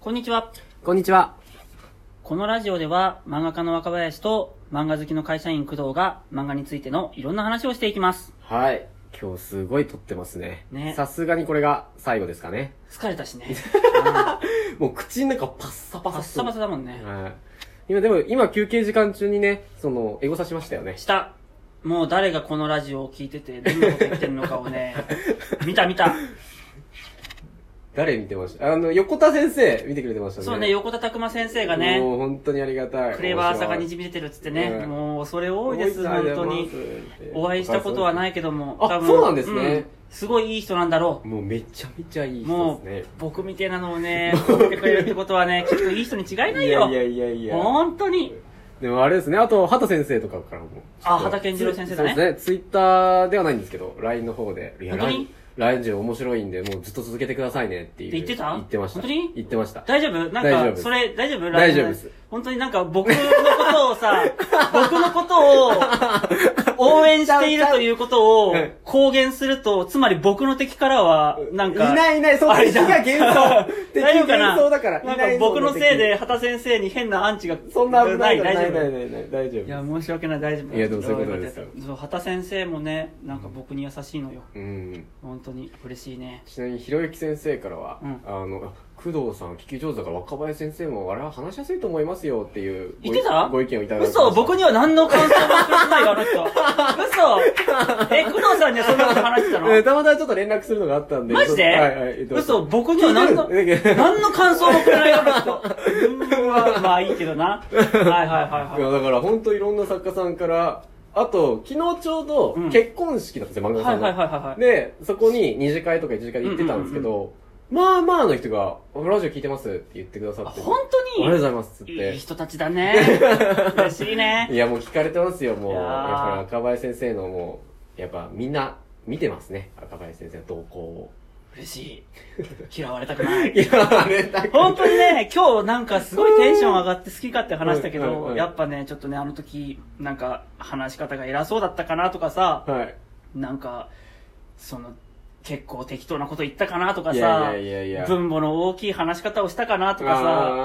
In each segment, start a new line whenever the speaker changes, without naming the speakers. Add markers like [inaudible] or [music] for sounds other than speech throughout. こんにちは。
こんにちは。
このラジオでは漫画家の若林と漫画好きの会社員工藤が漫画についてのいろんな話をしていきます。
はい。今日すごい撮ってますね
ね。
さすがにこれが最後ですかね。
疲れたし
[laughs]
ね。
もう口の中パッサ
パ
パサ
ッ
っす
サパサだもんね。
はい。今でも、今休憩時間中にね、その、エゴサしましたよね。
した。もう誰がこのラジオを聞いててどんなこと言ってるのかを
[laughs]
ね、見た見た。
誰見てましたあの、横田先生見てくれてましたね。
そうね、横田拓馬先生がね、
もう本当にありがたい。
クレバーさがに
面白
じみ出てるっつってね、
うん
もうそれ多い
い
です、
あ
本
りがと
当
うござい
に
ます。。
お会いしたことはいないけども、
あそうなんですね
すごいいい人なんだろう。
もうめちゃめちゃいい人
もう
ですね。、
僕みたいなのをね、褒めてくれるってことはね、きっといい人に違いないよ。
いやいやいやいや。
本当に。
でもあれですね、あと、畑先生とかからも。
あ畑健次郎先生だね
そうですね。ツイッターではないんですけど、LINE の方で。いや
本当に
LINE ラジオ面白いんで、もうずっと続けてくださいねっていう。
言ってた
言ってました。
本当に
言ってました。
大丈夫
大丈
なん
夫で
か、
す
それ、大丈夫
大丈夫です。
本当になんか僕のことをさ、僕のことを応援しているということを
うん
公言すると、つまり僕の敵からは、なんか、
いないいない、そう、
あれ
敵
じゃん
が幻想。敵
[laughs] 大丈夫か
幻想
な
だから。
なん
いない
か僕のせい。で、
そんな
畑先生に変なアンチが、
敵そんな危ないから。
大丈夫。
ないないないない大丈夫
いや、申し訳ない、大丈夫。
いやでもそういうことですよ
そう、畑先生もね、なんか僕に優しいのよ。
うん。
本当に嬉しいね。
ちなみに、ひろゆき先生からは、
うん
あの、工藤さん、聞き上手だから若林先生も、あれは話しやすいと思いますよっていうご
言
意、
ってた
ご意見をいただいて。
嘘僕には何の感想もしてないよ、あの人。嘘え、工藤さんにはそんなこと話してた
え
の
ーたまたまちょっと連絡するのがあったんで。
マジで、
はいはい。
嘘僕には何の、
聞いてる
何の感想もくれないよ、あの人。うわまあいいけどな。はいはいはい
い
は
や、だから本当いろんな作家さんから、あと、昨日ちょうど
うん
結婚式だったんですよ、漫
い。
画
は
さ
い
ん
はい
の。
はいはい。
で、そこに二次会とか一次会で行ってたんですけど、まあまあの人が、あラジオ聞いてますって言ってくださ
あ
って。
本
ありがとうご
当
ざいますっつっ
にいい
て。
人たちだね。嬉しいね。
いや、もう聞かれてますよ、もう。
い
や
や
っ
ー
ぱり赤林先生のもう、やっぱみんな見てますね、赤林先生の動向
[laughs]
を。
嬉しい。嫌われたくない。
いや、あれだけど
本当に
[laughs]
ね、今日なんかすごいテンション上がって好きかって話したけ
はいはいは
ど、
い
やっぱね、ちょっとね、あの時、なんか話し方が偉そうだったかなとかさ、
はい。
なんか、その、結構適当なこと言ったかなとか
いや
さ
いやいやいや、
分母の大きい話し方をしたかなとかさ、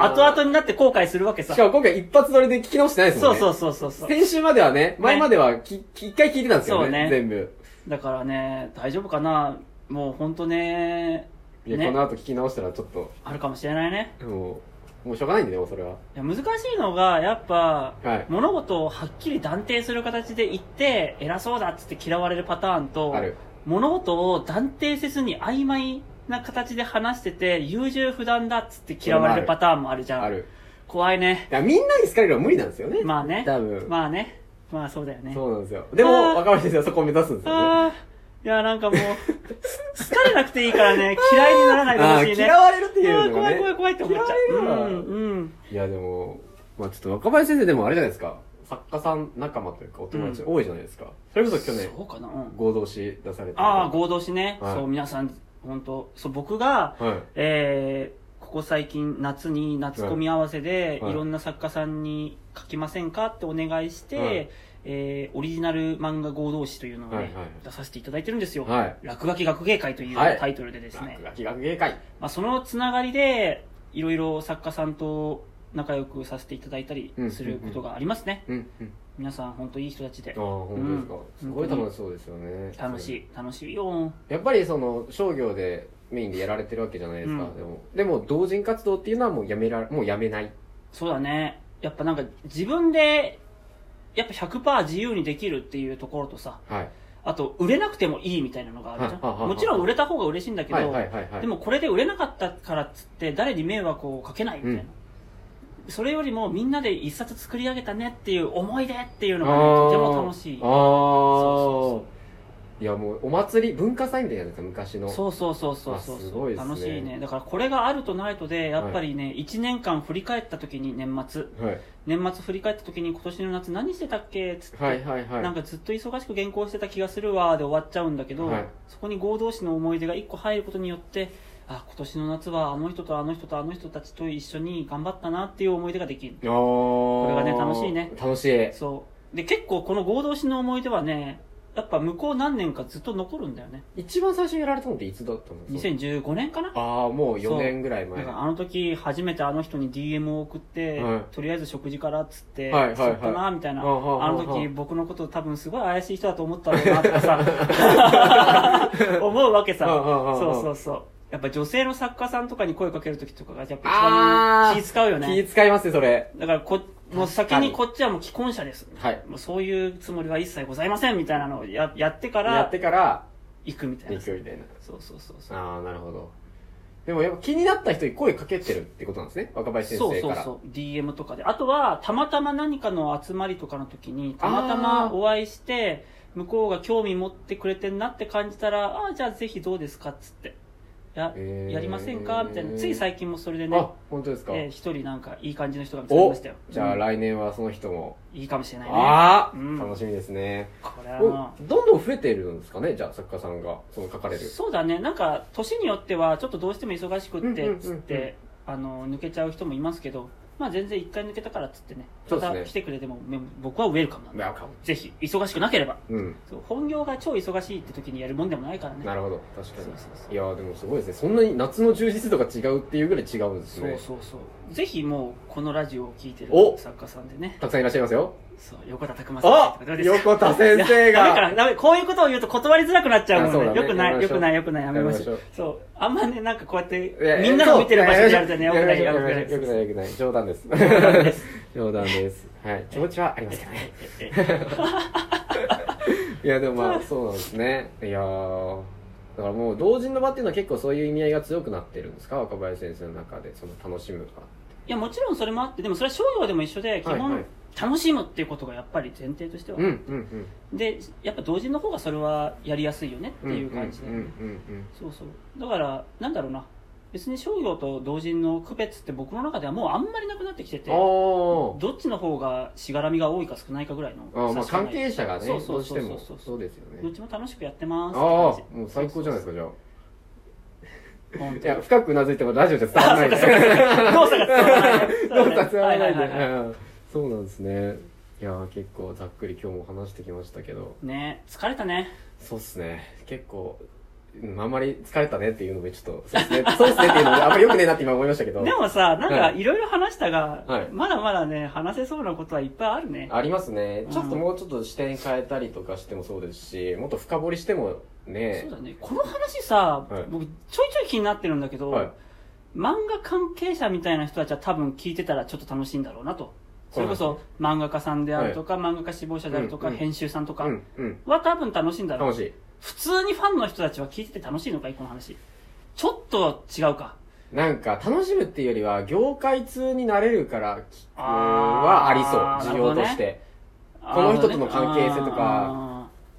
あー
後々になって後悔するわけさ
し。かも今回一発撮りで聞き直してないです
そう
もんね。
そうそうそうそう。
先週まではね、前まではき、き一回聞いてたんですよ
そう
ね。
ね
全部。
だからね、大丈夫かなもう本当ね、
いや、
ね
この後聞き直したらちょっと、
あるかもしれないね。
もう、もうしょうがないんで、でもそれは。
いや難しいのが、やっぱ、
はい。
物事をはっきり断定する形で言って偉そうだっつって嫌われるパターンと
ある。
物事を断定せずに曖昧な形で話してて優柔不断だっつって嫌われるパターンもあるじゃ
あ
ん
る。
怖いね
いや、みんなに好かれるのは無理なんですよね。
まあね
多分。
まあねまあそうだよね
そうなんですよ。でも、
あー
若林先生はそこを目指すんですよね。
ああいやなんかもうす [laughs] 好かれなくていいからね嫌いにならないで
あ
ほ
あ
し
ー、
いね
嫌われるっていうの
怖
が
い怖い
ね。
怖いって思っちゃう
嫌わ
うん
れるわ
うん
いや、でも、まあちょっと若林先生でもあれじゃないですか。作家さん仲間というか、お友達
う
多いじゃないですか。それこそ去年、
そうかな、うん、
合同誌出されて。
ああ合同しね、
はい
そう皆さん本当そう僕が
はい。
えーここ最近夏に夏コミ合わせで、
はい
い、ろんな作家さんに書きませんかってお願いして、
はい
えーオリジナル漫画合同誌というのをね、
はいはいはい
出させていただいてるんですよ。
はい。
落書き学芸会という
はい
タイトルでですね、
落書き学芸会。
まあ、そのつながりでいろいろ作家さんと仲良くさせていただいたりすることがありますね、
うん、うん。
皆さん本当いい人たちで
ああ、本当ですか、
うん
すごい楽しそうですよね。
楽しい楽しいよ
やっぱりその商業でメインでやられてるわけじゃないですか。
うん
でも、でも同人活動っていうのはもうやめら、もうやめない。
そうだねやっぱなんか自分でやっぱ100%自由にできるっていうところとさ、
はい。
あと、売れなくてもいいみたいなのがあるじゃん。
はいはいはい
もちろん売れた方が嬉しいんだけど、
はいはいはいはい。
でもこれで売れなかったからっつって、誰に迷惑をかけないみたいな。
うん
それよりもみんなで一冊作り上げたねっていう思い出っていう
あ
の
ー、
がね、とても楽しい
あ。あ。
そうそう
いやもうお祭り、文化祭みたいなやつ昔の。
そうそうそうそうそう
あすごいですね
楽しいねだからこれがあるとないとでやっぱりね、1年間振り返った時に年末
はい。
年末振り返った時に今年の夏何してたっけっつって、
はいはいはい。
なんかずっと忙しく原稿してた気がするわで終わっちゃうんだけど、
はい
そこに合同誌の思い出が1個入ることによってあ今年の夏はあの人とあの人とあの人たちと一緒に頑張ったなっていう思い出ができる
ああ。こ
れがね楽しいね
楽しい。
そうで結構この合同誌の思い出はねやっぱ向こう何年かずっと残るんだよね
一番最初にやられたのっていつだったの
2015年かな
ああもう4年ぐらい
な
前
んかあの時初めてあの人に DM を送って、
はい
とりあえず食事からっつって、
はいはいはい
そっかなみたいな、
はあはあはあ
あの時僕のこと多分すごい怪しい人だと思ったろうなとかさ
[laughs]
[laughs] 思うわけさ、
はあはあはあ
そうそうそうやっぱ女性の作家さんとかに声かける時とかがやっぱ一
あー
番気使うよ
気
ね
使いますねそれ
だからこもう先
確か
に
に
こっちはもう既婚者です、
はい
もうそういうつもりは一切ございませんみたいなのをややってか
や
ら
ってから
行くみたい
行
な
くみたいな
そうそうそうそう
ああなるほどでもやっぱ気になった人に声かけてるってことなんですね若林先
そう
生
そ
か
う
ら
そう DM とかであとはたまたま何かの集まりとかの時にたまたまお会いして向こうが興味持ってくれてんなって感じたらああーじゃあぜひどうですかっつってや,、
へー
やりませんかみたいなつい最近もそれでね
あ本当ですか、
えー一、人なんかいい感じの人が見つかり
お
ましたよ
じゃあ
うん
来年はその人も、
いいかもしれないね
あ
う
あ、
ん
楽しみですね
これは
お
も
どんどん増えてるんですかねじゃあ作家さんがその書か
う
れる
そうだねなんか年によってはちょっとどうしても忙しくって
うんうんうんうん
つって、あの抜けちゃう人もいますけどまあ全然一回抜けたからっつってね
そ
ま
うですね
た来てくれてもめ僕はウェルカムなんで
なるほ
ぜひ忙しくなければ
どうん
そう本業が超忙しいって時にやるもんでもないからね
なるほど確かに
そうそうそう
いやーでもすごいですねそんなに夏の充実度が違うっていうぐらい違うんです
そう
ね
そうそうぜひもうこのラジオを聞いてる
お
作家さんでね
たくさんいらっしゃいますよ
そう横田拓磨さん
あ
とかどうですか
横田先生
いやダメか
が
なダメこういうことを言うと断りづらくなっちゃうもんね
あそうだね
よくない
やめま
よ
しょう
くないよくないやめましょ
やめ
う
まし
そうあんまねなんかこうやって
いやいや
みんなが見てる場所でやるとね
い
よくないよく
や
ない
やよくないよくない冗談です
[laughs]
冗談ですはい気持ちはありますけどね
えええ
いやでもまあそうなんですねいやーだからもう同人の場っていうのは結構そういう意味合いが強くなってるんですか若林先生の中でその楽しむ
いやもちろんそれもあってでもそれは商業でも一緒で基
はいは
本
い
楽しむっていうことがやっぱり前提としては
がうんうん
でやっぱ同人の方がそれはやりやすいよねって
うん
いう感じで、
うんうんうん
そうそうだからなんだろうな別に商業と同人の区別って僕の中ではもうあんまりなくなってきてて
うんおー
どっちの方がしがらみが多いか少ないかぐらいの
あーまあ
差しかない
関係者がね
そ
ど
うそうう
し
そう
て
そう
も
そう
そうですよ
どっ
ね
ちも楽しくやってます
ああ
って
ー
感
もう最高じゃないですかじゃあ
本
い
当
や深くうなずいてもラジオじゃ伝わらないです
動
[laughs]
作が伝わらないね
どうかつら
はい
な
はいいはいはい
でそうなんですねいやー結構ざっくり今日も話してきましたけど
ね疲れたね
そうっすね結構うんあんまり疲れたねっていうのもちょっとそうっすね [laughs] そうっすねっていうのもあんまり良くねえなって今思いましたけど
でもさなんか
はい
ろいろ話したが、
はい
まだまだね話せそうなことはいっぱいあるね
ありますね
うん
ちょっともうちょっと視点変えたりとかしてもそうですしもっと深掘りしても
そ
ね
うだねこの話さ、
はい
僕ちょいちょい気になってるんだけど、
はい
漫画関係者みたいな人たちは多分聞いてたらちょっと楽しいんだろうなとそれこそ漫画家さんであるとか、漫画家志望者であるとか、
うんうん
編集さんとか
うんうん
は多分楽しいんだろう、
楽しい
普通にファンの人たちは聞いてて楽しいのかいこの話ちょっと違うか
なんか楽しむっていうよりは業界通になれるから聞く
あー
はありそう需要と
なるほど
して
こ
の人との関係性とか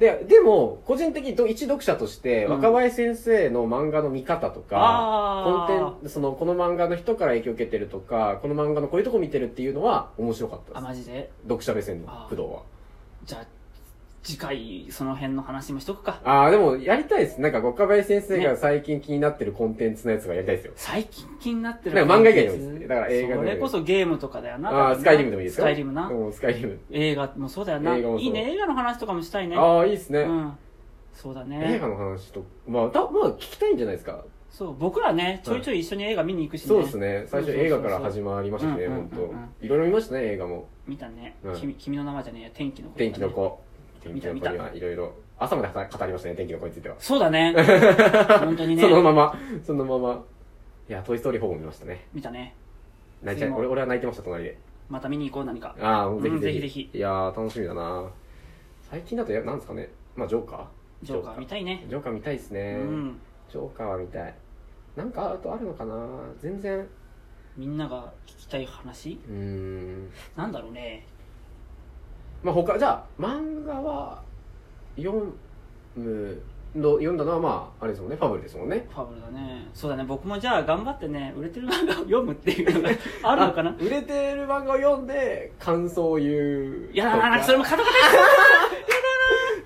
ででも個人的にど一読者として
うん
若林先生の漫画の見方とか、
あー
コンテンそのこの漫画の人から影響を受けてるとかこの漫画のこういうとこ見てるっていうのは面白かった
あ
です
マジで
読者目線の
あー
工藤は
じゃあ次回その辺の話もしとくか
ああでもやりたいですなんか若林先生
ね
が最近気になってるコンテンツのやつがやりたいですよ、
最近気になってる
なんか漫画以外でもいいですだから映画で
そ
もいい
れこそゲームとかだよな
ああスカイリムでもいいです
ス
よ
カイリムな
うんスカイリム
映画もそうだよな
映画もそう
いいね映画の話とかもしたいね
ああいいですね、
うんそうだね
映画の話とまあたまあ聞きたいんじゃないですか
そう僕らねちょいちょい一緒に映画見に行くしね、
そうですね最初映画から
そうそうそう
始まりましたね
うんうんうんう
本
ん
当いろいろ見ましたね映画も
見たね、
うん
君君の名前じゃねえや天気の子、
天気の子天
見
気
た
の
見
子
た
にはいろいろ朝まで語りましたね天気の子については
そうだ
[laughs]
ね本当にね
そのまま、そのまま。いや、トイ・ストーリー4も見ましたね。
見たね
泣いちゃい、
私も
俺俺は泣いてました、隣で。
また見に行こう何か
ああ、ぜ
う
ひ
ん
ぜひ。
ぜひぜ
いやー、楽しみだな最近だとや、なんですかね。まあ、ジョーカー
ジョーカー見たいね
ジョーカー見たいですね。
うん
ジョーカーは見たい。なんか、あとあるのかな全然。う
みんなが聞きたい話
ーん。
なんだろうね
まあ、他、じゃあ、漫画は、読む、の読んだのは、まあ、あれですもんね、ファブルですもんね。
ファブルだねそうだね僕もじゃあ頑張ってね売れてる漫画を読むっていうのがあるのかな
売れてる漫画を読んで、感想を言う。
いやだななんかそれも片言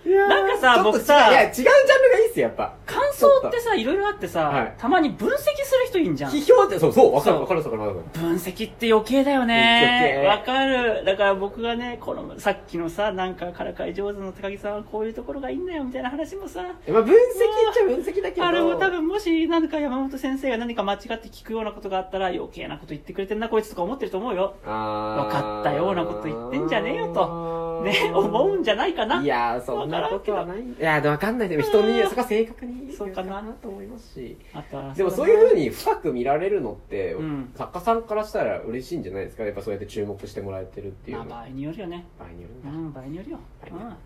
いやー
なんかさ
ちょっと
僕さ
違ういや違うジャンルがいいっすよやっぱ
感想想ってさいろいろあってさ、
はい
たまに分析する人いいんじゃん
批評ってそうそう分かる
そう
分かる分かる分か
分析って余計だよ
余
ね
計
わかるだから僕がねこのさっきのさなんかからかい上手の高木さんはこういうところがいいんだよみたいな話もさ
る、まあ、分析っちゃ分析だけど
あれも多分もし何か山本先生が何か間違って聞くようなことがあったら余計なこと言ってくれてんなこいつとか思ってると思うよ
分
分かったようなこと言ってんじゃねえよとね [laughs] 思うんじゃないかない
やーそんなことはないいやでも分かんないでも人にそこは正確に
そうかな
言と思いますし
あとは
でもそういうふうに深く見られるのって、
うん
作家さんからしたら嬉しいんじゃないですかやっぱそうやって注目してもらえてるっていう
ま
の
あ
は
場合によるよね
場合によるん
う
だ、
ん場合によるよ、
場合
う
によ
ん、
る確か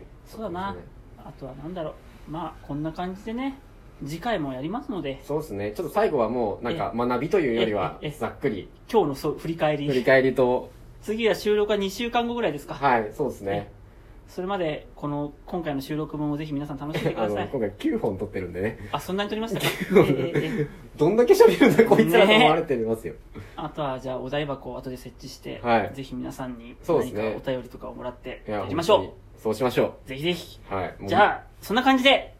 に
そうだなあとはなんだろうまあこんな感じでね次回もやりますので
そうですねちょっと最後はもうなんか学びというよりは
えええ
ざっくり
今日のそう振り返
振り
り
返りと
次は収録は2週間後ぐらいですか、
はいそうですね
それまでこの今回の収録もぜひ皆さん楽しんでく
[laughs] あ
だ
の
さい
今回9本撮ってるんでね
あそんなに撮りましたかええええ
どんだけ喋るんだこいつらと思われてますよ、
あとはじゃあお台箱を後で設置して、
はい
ぜひ皆さんに
そうで
何
す
か
ね
お便りとかをもらって
いや
やりましょ
本当にそうしましょ
うぜひぜひ
うはいもう
じゃあそんな感じで